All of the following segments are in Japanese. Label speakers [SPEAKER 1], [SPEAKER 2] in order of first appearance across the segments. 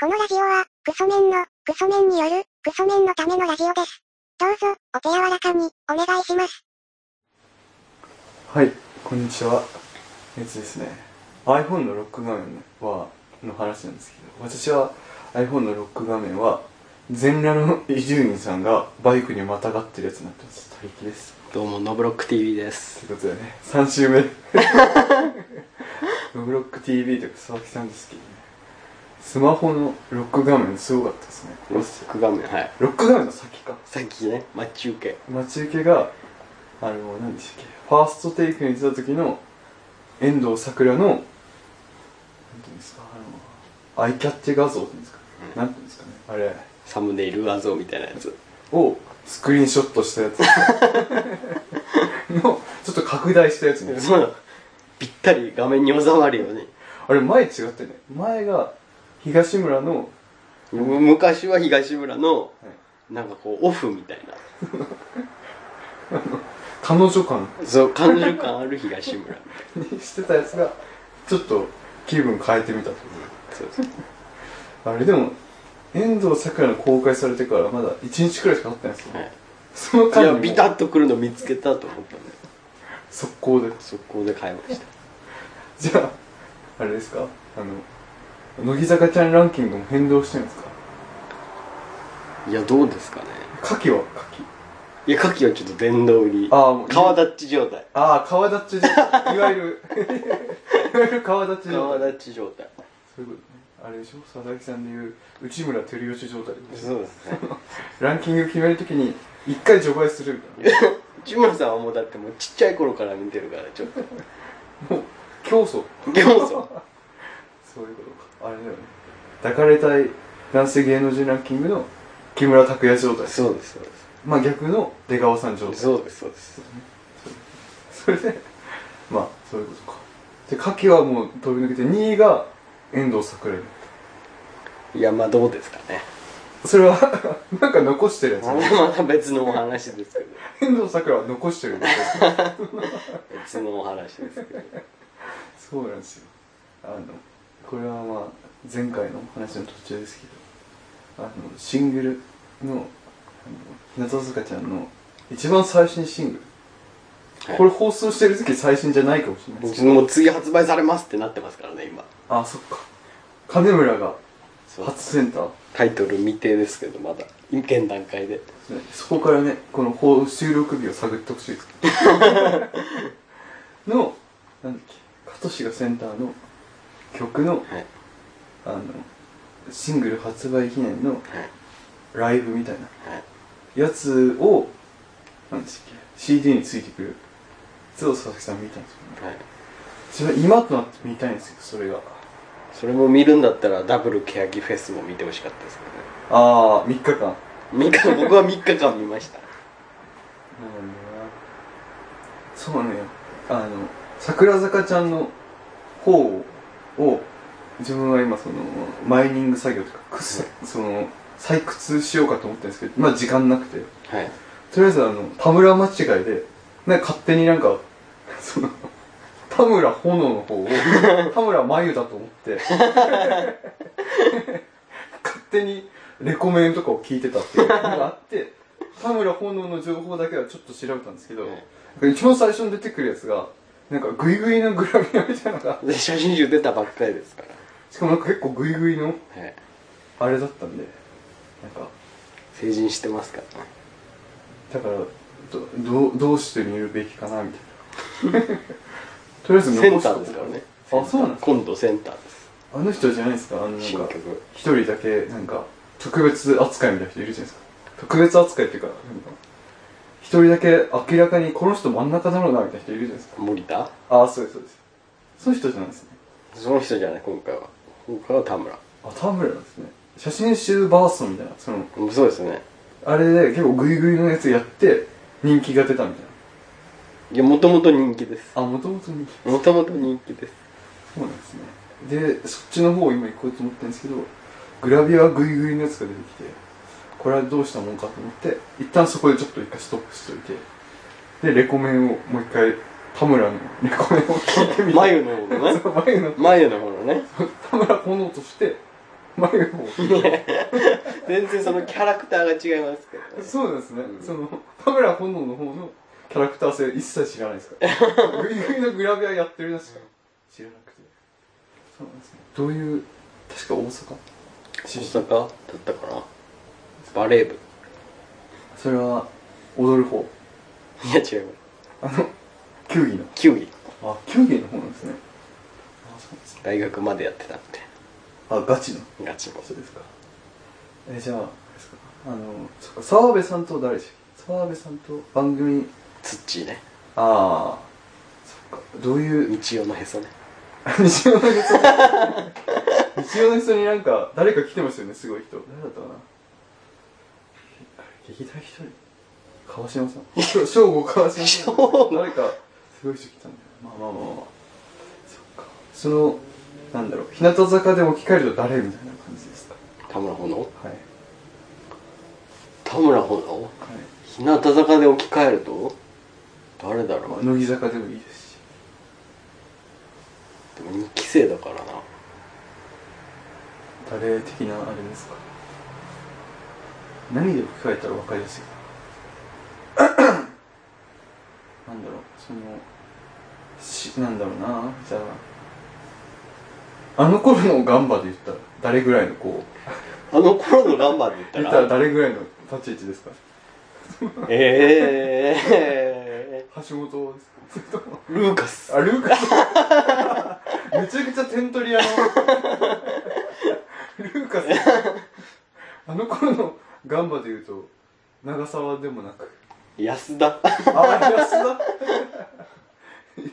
[SPEAKER 1] このラジオは、クソメンの、クソメンによる、クソメンのためのラジオです。どうぞ、お手柔らかに、お願いします。
[SPEAKER 2] はい、こんにちは。えっとですね、iPhone のロック画面は、の話なんですけど、私は iPhone のロック画面は、全裸の伊集院さんがバイクにまたがってるやつになってます。大気です。
[SPEAKER 3] どうもノブロック TV で
[SPEAKER 2] と
[SPEAKER 3] す
[SPEAKER 2] いうことでね、3週目。ロブロック TV とか佐々木さんですけどね、スマホのロック画面すごかったですね。
[SPEAKER 3] ロック画面はい
[SPEAKER 2] ロック画面の先か。
[SPEAKER 3] さっきね待ち受け
[SPEAKER 2] 待ち受けがあの何でしたっけファーストテイクに出た時の遠藤さくらのなんていうんですかあのアイキャッチ画像っていうんですか、なんていうんですかねあれ
[SPEAKER 3] サムネイル画像みたいなやつ
[SPEAKER 2] をスクリーンショットしたやつのちょっと拡大したやつみたいな
[SPEAKER 3] そうなのぴったり画面に収まるように
[SPEAKER 2] あれ前違ったね前が東村の、
[SPEAKER 3] む昔は東村の
[SPEAKER 2] はい
[SPEAKER 3] なんかこうオフみたい
[SPEAKER 2] 彼女感
[SPEAKER 3] なそう感情感ある東 村
[SPEAKER 2] に してたやつがちょっと気分変えてみたってこと
[SPEAKER 3] そうそう
[SPEAKER 2] あれでも遠藤さくらの公開されてからまだ1日くらいしか経ってないですよね、
[SPEAKER 3] はい
[SPEAKER 2] その
[SPEAKER 3] いや
[SPEAKER 2] 間
[SPEAKER 3] ビ
[SPEAKER 2] に
[SPEAKER 3] タッとくるの見つけたと思ったんで
[SPEAKER 2] 速攻で
[SPEAKER 3] 速攻で買いました
[SPEAKER 2] じゃああれですかあの乃木坂ちゃんランキングも変動してるんですか
[SPEAKER 3] いやどうですかね
[SPEAKER 2] 牡蠣は牡蠣
[SPEAKER 3] いや牡蠣はちょっと殿堂入り
[SPEAKER 2] あーもう
[SPEAKER 3] 川立ち状態
[SPEAKER 2] ああ川立ちで いわゆるいわゆる川立ちでそ
[SPEAKER 3] 川
[SPEAKER 2] ういう
[SPEAKER 3] 立ち状態
[SPEAKER 2] ことねあれでしょ佐々木さんで言う内村照吉状態
[SPEAKER 3] そうですね
[SPEAKER 2] ランキング決めるときに一回除外するみたいな
[SPEAKER 3] 内村さんはもうだってもうちっちゃい頃から見てるからちょっと
[SPEAKER 2] もう競争
[SPEAKER 3] でもそ
[SPEAKER 2] そ
[SPEAKER 3] う
[SPEAKER 2] ういうことかあれだよね抱かれたい男性芸能人ランキングの木村拓哉状態
[SPEAKER 3] そうですそうで
[SPEAKER 2] まあ逆の出川さん状態
[SPEAKER 3] すそうですそうです
[SPEAKER 2] それでまあそういうことかで牡蠣はもう飛び抜けて2位が遠藤桜井
[SPEAKER 3] いやまあどうですかね
[SPEAKER 2] それは なんか残してるやつね
[SPEAKER 3] また別のお話ですけど
[SPEAKER 2] 遠藤桜井は残してるやつね
[SPEAKER 3] 別のお話ですけど
[SPEAKER 2] そうなんですよあのこれはまあ前回の話の途中ですけどあのシングルのあの日向坂ちゃんの一番最新シングル
[SPEAKER 3] はい
[SPEAKER 2] これ放送してる時最新じゃないかもしれないですけど
[SPEAKER 3] もう次発売されますってなってますからね今
[SPEAKER 2] あそっか金村が
[SPEAKER 3] そう
[SPEAKER 2] 初センター
[SPEAKER 3] タイトル未定ですけどまだ現段階で
[SPEAKER 2] そこからねこの放収録日を探ってほしいです のなんだっけ加藤氏がセンターの曲の
[SPEAKER 3] はい
[SPEAKER 2] あのシングル発売記念の
[SPEAKER 3] はい
[SPEAKER 2] ライブみたいな
[SPEAKER 3] はい
[SPEAKER 2] やつをなんでしたっけ CD についてくるやつを佐々木さん見たんですよね
[SPEAKER 3] はい
[SPEAKER 2] それは今となって見たいんですけどそれが
[SPEAKER 3] それも見るんだったらダブルケヤキフェスも見てほしかったですけ
[SPEAKER 2] ああ3日間
[SPEAKER 3] どね3日僕は3日間見ました
[SPEAKER 2] なるほどなそうねあの桜坂ちゃんの方を自分は今そのマイニング作業とかくすその採掘しようかと思ったんですけどまあ時間なくて
[SPEAKER 3] はい
[SPEAKER 2] とりあえずあの田村間違いでなんか勝手になんかその田村炎の方を田村真由だと思って 勝手にレコメンとかを聞いてたっていうのがあって田村炎の情報だけはちょっと調べたんですけど、一番最初に出てくるやつがなんかグイグイのグラビアみたいなのが
[SPEAKER 3] で写真集出たばっかりですから
[SPEAKER 2] しかもなんか結構グイグイの
[SPEAKER 3] はい
[SPEAKER 2] あれだったんでなんか
[SPEAKER 3] 成人してますからね
[SPEAKER 2] だからどどうどうしてみるべきかなみたいな とりあえず
[SPEAKER 3] セン
[SPEAKER 2] し
[SPEAKER 3] タ
[SPEAKER 2] とこ
[SPEAKER 3] ー
[SPEAKER 2] う
[SPEAKER 3] ですからね
[SPEAKER 2] あそうなんですか
[SPEAKER 3] 今度センターです
[SPEAKER 2] あの人じゃないですかあのなん
[SPEAKER 3] 新
[SPEAKER 2] か
[SPEAKER 3] 曲
[SPEAKER 2] 一人だけなんか特別扱いみたいな人いるじゃないですか特別扱いっていうかなんか一人だけ明らかにこの人真ん中だろうなみたいな人いるじゃないですか
[SPEAKER 3] 森田
[SPEAKER 2] ああそうですそうですその人じゃないですね
[SPEAKER 3] その人じゃない今回は今回は田村
[SPEAKER 2] あ田村なんですね写真集バーストみたいなその
[SPEAKER 3] うんそうですね
[SPEAKER 2] あれで結構グイグイのやつやって人気が出たみたい
[SPEAKER 3] いやもともと人気です
[SPEAKER 2] なあもともと人気
[SPEAKER 3] もともと人気です
[SPEAKER 2] そうなんですねでそっちの方を今行こうと思ってるんですけどグラビアグイグイのやつが出てきてこれはどうしたもんかと思って一旦そこでちょっと一回ストップしといてでレコメンをもう一回田村の レコメンを聞いてみて
[SPEAKER 3] 眉の方のね
[SPEAKER 2] そう眉の
[SPEAKER 3] 眉の方のね
[SPEAKER 2] 田村炎として迷う方
[SPEAKER 3] 全然そのキャラクターが違いますけどね
[SPEAKER 2] そうなんですね、
[SPEAKER 3] うん
[SPEAKER 2] その田村本能の方のキャラクター性一切知らないですからグイグイのグラビアやってるやつしか知らなくてそうなんですねどういう確か大阪
[SPEAKER 3] 大阪だったかなバレー部
[SPEAKER 2] それは踊る方
[SPEAKER 3] いや違う
[SPEAKER 2] あの球技の
[SPEAKER 3] 球技
[SPEAKER 2] あ球技の方なんですねあそうですね
[SPEAKER 3] 大学までやってたんで
[SPEAKER 2] あガチの
[SPEAKER 3] ガチも
[SPEAKER 2] そうですかえじゃあですかあのそっか澤部さんと誰でしたっけ澤部さんと番組
[SPEAKER 3] ツッチーね
[SPEAKER 2] ああそっかどういう
[SPEAKER 3] 日曜のへそね
[SPEAKER 2] 西尾の人西尾の人になんか誰か来てますよねすごい人誰だったかなあれ劇団一人川島さんしょ正吾川島さん
[SPEAKER 3] 正吾
[SPEAKER 2] 誰かすごい人来たんだよまあまあまあまあそっかそのなんだろう日向坂で置き換えると誰みたいな感じですか
[SPEAKER 3] 田村炎
[SPEAKER 2] はいはい
[SPEAKER 3] 田村炎日向坂で置き換えると誰だろう
[SPEAKER 2] まあ乃木坂でもいいですし
[SPEAKER 3] でも2期生だからな
[SPEAKER 2] 誰的なあれですか何で置き換えたら分かりやすい なんだろうそのしなんだろうなじゃああの頃のガンバで言ったら誰ぐらいのこう
[SPEAKER 3] あの頃のガンバで言っ
[SPEAKER 2] 言
[SPEAKER 3] たら
[SPEAKER 2] ったら誰ぐらいの立ち位置ですか
[SPEAKER 3] ええ
[SPEAKER 2] 橋本ですかそれとも
[SPEAKER 3] ー、ルーカス
[SPEAKER 2] あルーカス めちゃくちゃ点取り屋のルーカスあの頃のガンバで言うと長澤でもなく
[SPEAKER 3] 安田
[SPEAKER 2] あ、安田。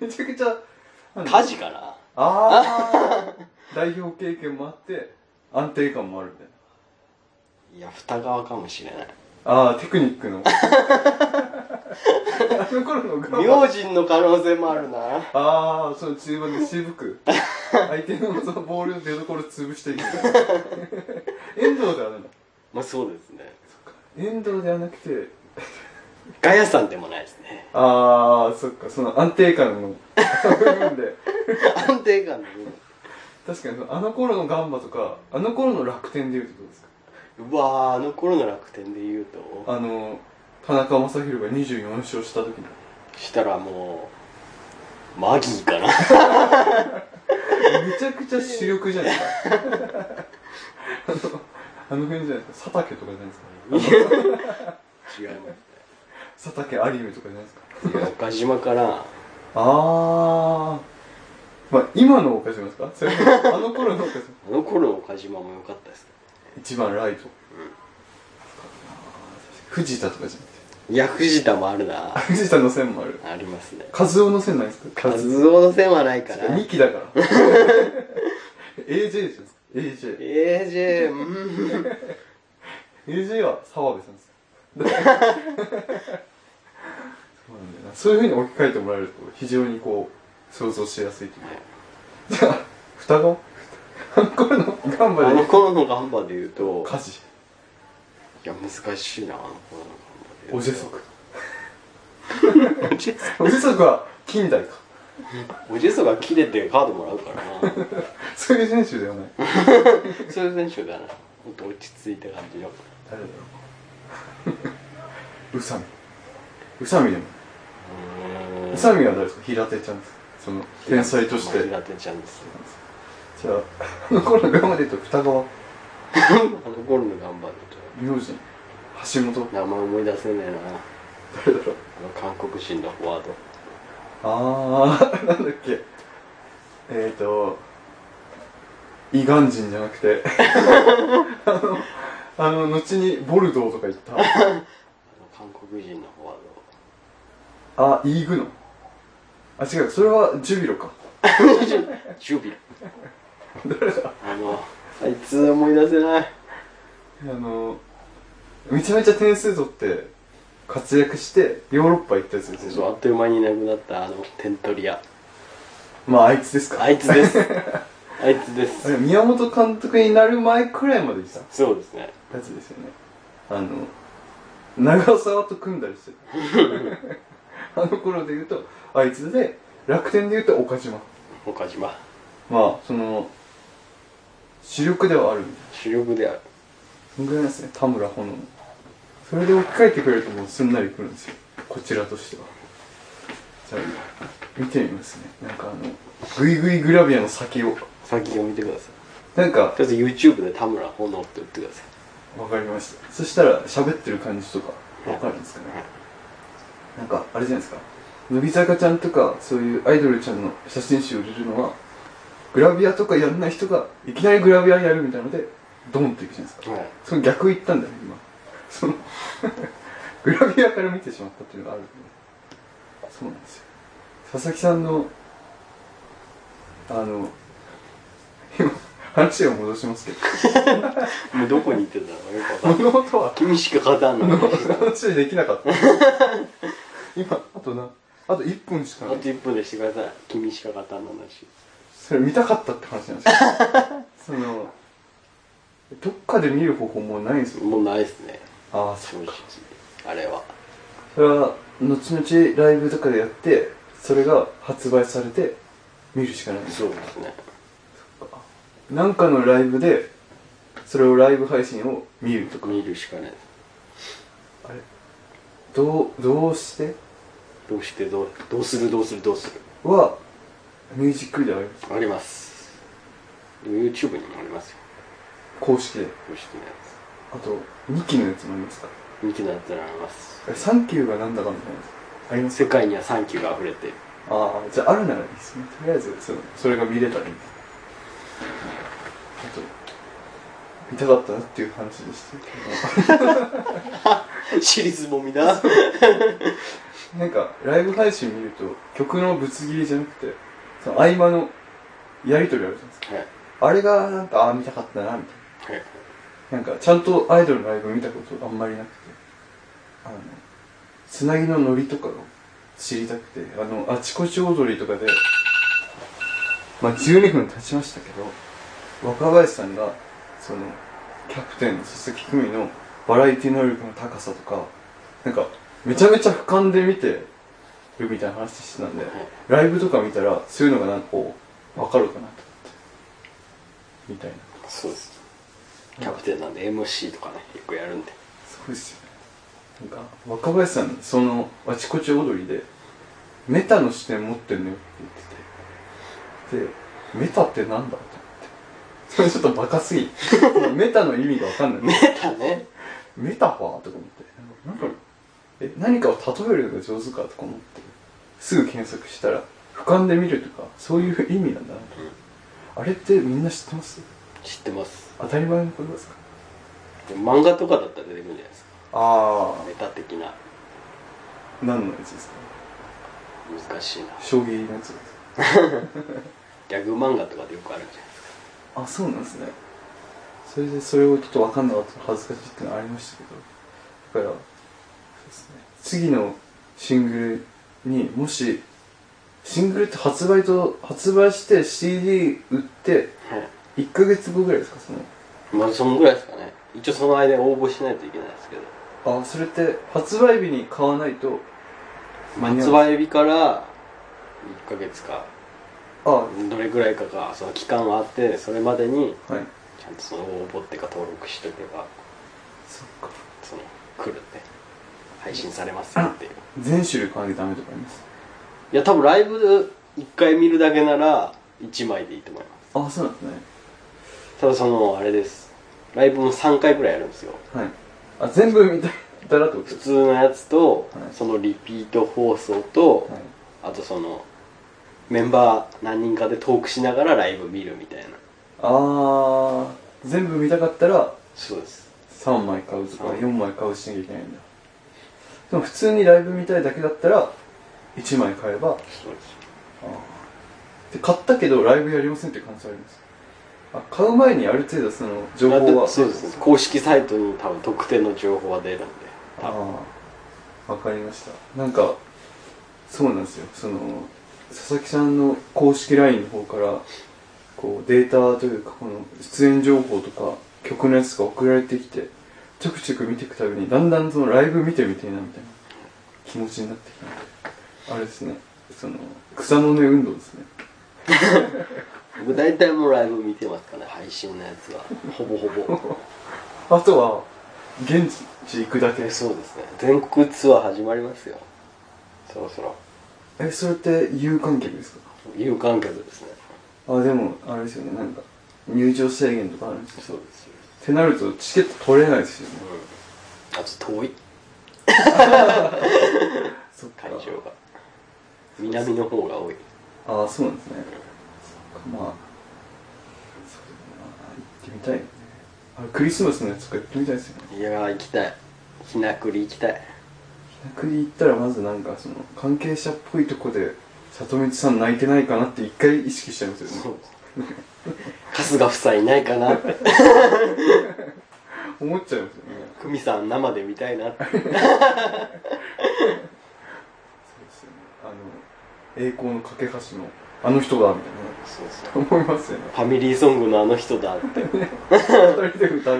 [SPEAKER 2] めちゃくちゃ。なんだ
[SPEAKER 3] 家事かな
[SPEAKER 2] ああ。代表経験もあって、安定感もあるみたいな。
[SPEAKER 3] いや二川かもしれない
[SPEAKER 2] ああ、テクニックの。あの頃のガンバ
[SPEAKER 3] 明神の可能性もあるな
[SPEAKER 2] ああ、その中盤で渋 く。相手のそのボールの出所を潰していくみたいな。遠藤ではないの。
[SPEAKER 3] まあそうですね
[SPEAKER 2] 遠藤ではなくて、
[SPEAKER 3] ガヤさんでもないですね
[SPEAKER 2] ああ、そっか、その安定感の部分で。
[SPEAKER 3] 安定感の部
[SPEAKER 2] 確かにそのあの頃のガンバとかあの頃の楽天でいうとどうですか
[SPEAKER 3] 分うわーあの頃の楽天で言うと
[SPEAKER 2] あの田中将大が24勝した時の
[SPEAKER 3] したらもうマギーかな
[SPEAKER 2] めちゃくちゃ主力じゃないですかあのあの辺じゃないですか佐竹とかじゃないですか
[SPEAKER 3] 違いま
[SPEAKER 2] 佐竹有夢とかじゃないですか
[SPEAKER 3] すねいや岡島かな
[SPEAKER 2] あーまあ今の岡島ですかそれとも あの頃の岡島
[SPEAKER 3] あの頃の岡島も良かったですね
[SPEAKER 2] 一番ライト、藤田とかじゃなくて
[SPEAKER 3] いや藤田もあるな
[SPEAKER 2] 藤田の線もある
[SPEAKER 3] ありますね
[SPEAKER 2] 和夫の線ないですか
[SPEAKER 3] カズオの線はないから
[SPEAKER 2] 2期だから AJ じゃないですか AJ
[SPEAKER 3] AJ うん
[SPEAKER 2] AJ は澤部さんですよそうなんだよなそういうふうに置き換えてもらえると非常にこう想像しやすいというかじゃあ 双子あの頃のガンバ
[SPEAKER 3] あ
[SPEAKER 2] で
[SPEAKER 3] の頃のガンバで言うと
[SPEAKER 2] 家事
[SPEAKER 3] いや難しいなあの頃のガンバで
[SPEAKER 2] おじそく
[SPEAKER 3] おじそ
[SPEAKER 2] おじそくは近代か
[SPEAKER 3] おじそが切れてカードもらうからな
[SPEAKER 2] そういう選手ではない
[SPEAKER 3] そういう選手だな もっと落ち着いた感じの
[SPEAKER 2] 誰だろう宇佐美宇佐美でも宇佐美は誰ですか平手ちゃんですかその天才として
[SPEAKER 3] 平手ちゃんですよ
[SPEAKER 2] じゃああの頃のガンバで言うと双子は
[SPEAKER 3] あの頃のガンバだと
[SPEAKER 2] 名字橋本
[SPEAKER 3] 名前思い出せねえなあ
[SPEAKER 2] 誰だろう
[SPEAKER 3] の韓国人のフォワード
[SPEAKER 2] あー、なんだっけ。えーと、イガン人じゃなくて、 あの、あの、後にボルドーとか行った。
[SPEAKER 3] あの韓国人のフォワー
[SPEAKER 2] あ、イーグの。あ、違う、それはジュビロか。
[SPEAKER 3] ドジュビルあのあいつ思い出せない
[SPEAKER 2] あの、めちゃめちゃ点数取って、活躍して、ヨーロッパ行ったやつです
[SPEAKER 3] そう
[SPEAKER 2] ね。
[SPEAKER 3] そうあっという間にいなくなったあの点取り屋
[SPEAKER 2] まあ、あいつですか。
[SPEAKER 3] あいつです あいつで
[SPEAKER 2] あ
[SPEAKER 3] す
[SPEAKER 2] れ宮本監督になる前くらいまでいた
[SPEAKER 3] そうですね
[SPEAKER 2] やつですよねあの長澤と組んだりして たあの頃で言うとあいつで楽天で言うと岡島
[SPEAKER 3] 岡島
[SPEAKER 2] まあその主力ではある
[SPEAKER 3] 主力である
[SPEAKER 2] そんぐらいなんですね田村炎それで置き換えてくれるともうすんなりくるんですよこちらとしてはじゃあ見てみますねなんかあのグイグイグラビアの先を
[SPEAKER 3] 先を見てください
[SPEAKER 2] なんか
[SPEAKER 3] とりあえず YouTube で田村炎って打ってくださ
[SPEAKER 2] わかりましたそしたら喋ってる感じとかわかるんですかねなんかあれじゃないですか乃木坂ちゃんとかそういうアイドルちゃんの写真集売れるのはグラビアとかやんない人がいきなりグラビアやるみたいのでドンっていくじゃないです
[SPEAKER 3] い
[SPEAKER 2] か、
[SPEAKER 3] はい
[SPEAKER 2] その逆言ったんだよね今その グラビアから見てしまったっていうのがあるんでそうなんですよ佐々木さんのあの今話を戻しますけど
[SPEAKER 3] もうどこに行ってたのかよくわかんない
[SPEAKER 2] 物事は
[SPEAKER 3] 君しか勝たんの
[SPEAKER 2] こ
[SPEAKER 3] 話
[SPEAKER 2] の話できなかった今あとなあと1分し
[SPEAKER 3] あ
[SPEAKER 2] かな
[SPEAKER 3] と
[SPEAKER 2] い
[SPEAKER 3] 1分でしてください君しか勝たんの話
[SPEAKER 2] それ見たかったって話なんですよそのどっかで見る方法もうないんですよ
[SPEAKER 3] もうないっすね
[SPEAKER 2] ああ
[SPEAKER 3] 正
[SPEAKER 2] そう
[SPEAKER 3] 直あれは
[SPEAKER 2] それは後々ライブとかでやってそれが発売されて見るしかないんですよ
[SPEAKER 3] そうですね
[SPEAKER 2] なんかのライブでそれをライブ配信を見るとか
[SPEAKER 3] 見るしかないです
[SPEAKER 2] あれどうどうして
[SPEAKER 3] どうしてどうどうするどうするどうする
[SPEAKER 2] はミュージックビデオあります
[SPEAKER 3] ありますでも YouTube にもありますよ
[SPEAKER 2] 公式で
[SPEAKER 3] 公式のや
[SPEAKER 2] あと2期のやつもありますから
[SPEAKER 3] つミキのやつらあります
[SPEAKER 2] えサンキューがなんだかみたいなあります
[SPEAKER 3] 世界にはサンキューが溢れてる
[SPEAKER 2] ああじゃああるならいいですねとりあえずそのそれが見れたらいいですあと見たかったなっていう話でした
[SPEAKER 3] シリーズもみな
[SPEAKER 2] なんかライブ配信見ると曲のぶつ切りじゃなくてその合間のやり取りあるじゃないですか
[SPEAKER 3] はい
[SPEAKER 2] あれがなんかああ見たかったなみたい
[SPEAKER 3] はい
[SPEAKER 2] ななんかちゃんとアイドルのライブ見たことあんまりなくてあのつなぎのノリとかを知りたくてあのあちこち踊りとかでまあ12分経ちましたけど若林さんがそのキャプテンの鈴木久美のバラエティ能力の高さとかなんかめちゃめちゃ俯瞰で見てるみたいな話してたんでライブとか見たらそういうのがなんかこう分かるかなと思ってみたいな
[SPEAKER 3] そうですキャプテンなんで MC とかねよくやるんです
[SPEAKER 2] ごいっすよねなんか若林さんそのあちこち踊りでメタの視点持ってんのよって言っててでメタってなんだと思ってそれちょっとバカすぎメタの意味がわかんな
[SPEAKER 3] メ
[SPEAKER 2] い
[SPEAKER 3] タね
[SPEAKER 2] メタファーとか思ってなんかなんかえ何かを例えるのが上手かとか思ってすぐ検索したら俯瞰で見るとかそういう意味なんだなと、あれってみんな知ってます
[SPEAKER 3] 知ってます
[SPEAKER 2] 当たり前のことですか
[SPEAKER 3] でも漫画とかだったら出てくるんじゃないですか
[SPEAKER 2] あ
[SPEAKER 3] メタ的な
[SPEAKER 2] あ何のやつですか
[SPEAKER 3] 難しいな
[SPEAKER 2] 将棋のやつですか
[SPEAKER 3] ギャグ漫画とかでよくあるんじゃないですか
[SPEAKER 2] あそうなんですねそれでそれをちょっと分かんなかった恥ずかしいっていうのはありましたけどだからそうですね次のシングルにもしシングルって発売と発売して CD 売って
[SPEAKER 3] はい
[SPEAKER 2] 1ヶ月後ぐらいですかその
[SPEAKER 3] まあそのぐらいですかね一応その間に応募しないといけないですけど
[SPEAKER 2] あそれって発売日に買わないと間に合
[SPEAKER 3] 発
[SPEAKER 2] う
[SPEAKER 3] 売日から1ヶ月か
[SPEAKER 2] あは
[SPEAKER 3] どれぐらいかがその期間があってそれまでに
[SPEAKER 2] い
[SPEAKER 3] ちゃんとその応募っていうか登録しとけば
[SPEAKER 2] そっか
[SPEAKER 3] その来るって配信されますよっていう
[SPEAKER 2] 全種類買わなきゃダメとかあります
[SPEAKER 3] いや多分ライブ1回見るだけなら1枚でいいと思いま
[SPEAKER 2] あそうなんですね
[SPEAKER 3] すただそのあれですライブも3回ぐらいやるんですよ
[SPEAKER 2] はいあ全部見たたらってこと
[SPEAKER 3] 普
[SPEAKER 2] です
[SPEAKER 3] 通のやつと、
[SPEAKER 2] はい
[SPEAKER 3] そのリピート放送と、
[SPEAKER 2] はい
[SPEAKER 3] あとそのメンバー何人かでトークしながらライブ見るみたいな
[SPEAKER 2] あー全部見たかったら
[SPEAKER 3] そうです
[SPEAKER 2] 3枚買うとか
[SPEAKER 3] はい
[SPEAKER 2] 4枚買うしなきゃいけないんだでも普通にライブ見たいだけだったら1枚買えば
[SPEAKER 3] そうです
[SPEAKER 2] で買ったけどライブやりませんって感じありますあ買う前にある程度その情
[SPEAKER 3] あ
[SPEAKER 2] 報は
[SPEAKER 3] とそうです公式サイトに多分特定の情報は出るんで多分
[SPEAKER 2] ああわかりましたなんかそうなんですよその佐々木さんの公式 LINE の方からこうデータというかこの出演情報とか曲のやつが送られてきてちょくちょく見ていくたびにだんだんそのライブ見てみてえなみたいな気持ちになってきたんであれですねその草の根運動ですね
[SPEAKER 3] 僕大体もうライブ見てますからね配信のやつはほぼほ ぼ
[SPEAKER 2] あとは、現地行くだけ
[SPEAKER 3] え
[SPEAKER 2] です。
[SPEAKER 3] そうですね全国ツアー始まりますよそろそろ
[SPEAKER 2] え、それって有観客ですか
[SPEAKER 3] 有観客ですね
[SPEAKER 2] あ、でも、あれですよね、なんか、入場制限とかあるんですよ。
[SPEAKER 3] そうですよ
[SPEAKER 2] ってなると、チケット取れないですよね。
[SPEAKER 3] あと遠い
[SPEAKER 2] そっか
[SPEAKER 3] 会場が南の方が多い
[SPEAKER 2] ああそうなんですねそっかまあそうだな行ってみたいよねあれクリスマスのやつとか行ってみたいですよね
[SPEAKER 3] いやー行きたいひなくり行きたい
[SPEAKER 2] 逆に行ったらまずなんかその関係者っぽいとこで里光さん泣いてないかなって一回意識しちゃいますよね
[SPEAKER 3] 春日夫妻いないかな
[SPEAKER 2] 思っちゃいますよね
[SPEAKER 3] 久美さん生で見たいなって
[SPEAKER 2] そうですよねあの栄光の架け橋のあの人だみたい
[SPEAKER 3] そうそう
[SPEAKER 2] な思いますよね
[SPEAKER 3] ファミリーソングのあの人だって
[SPEAKER 2] 二人で歌うそう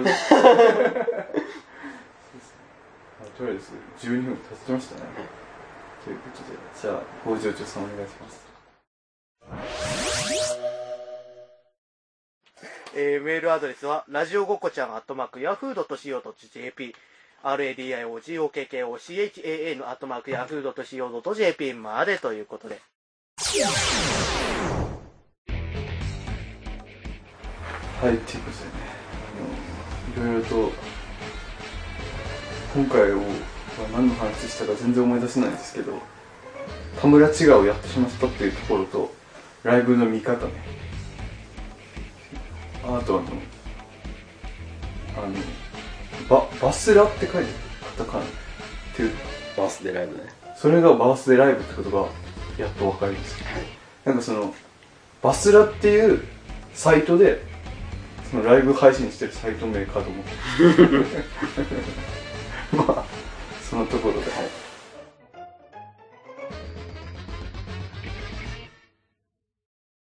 [SPEAKER 2] ですねあとりあえず12分経ちましたねということでじゃあ北条長さんお願いします
[SPEAKER 4] えーメールアドレスは、ラジオごこちゃん、アットマーク、ヤフー .co.jp、radiogokochaa のアットマーク、ヤフー .co.jp までということで。
[SPEAKER 2] はいっていうことでねあのいろいろと今回をまあ何の話したか全然思い出せないんですけど田村違うをやってしまったっていうところとライブの見方ねあとあのあのババスラって書いてあるカタカナっていう
[SPEAKER 3] バースデーライブね
[SPEAKER 2] それがバースデーライブってことがやっと分かりましたなんかそのバスラっていうサイトでそのライブ配信してるサイト名かと思ってまあそのところで、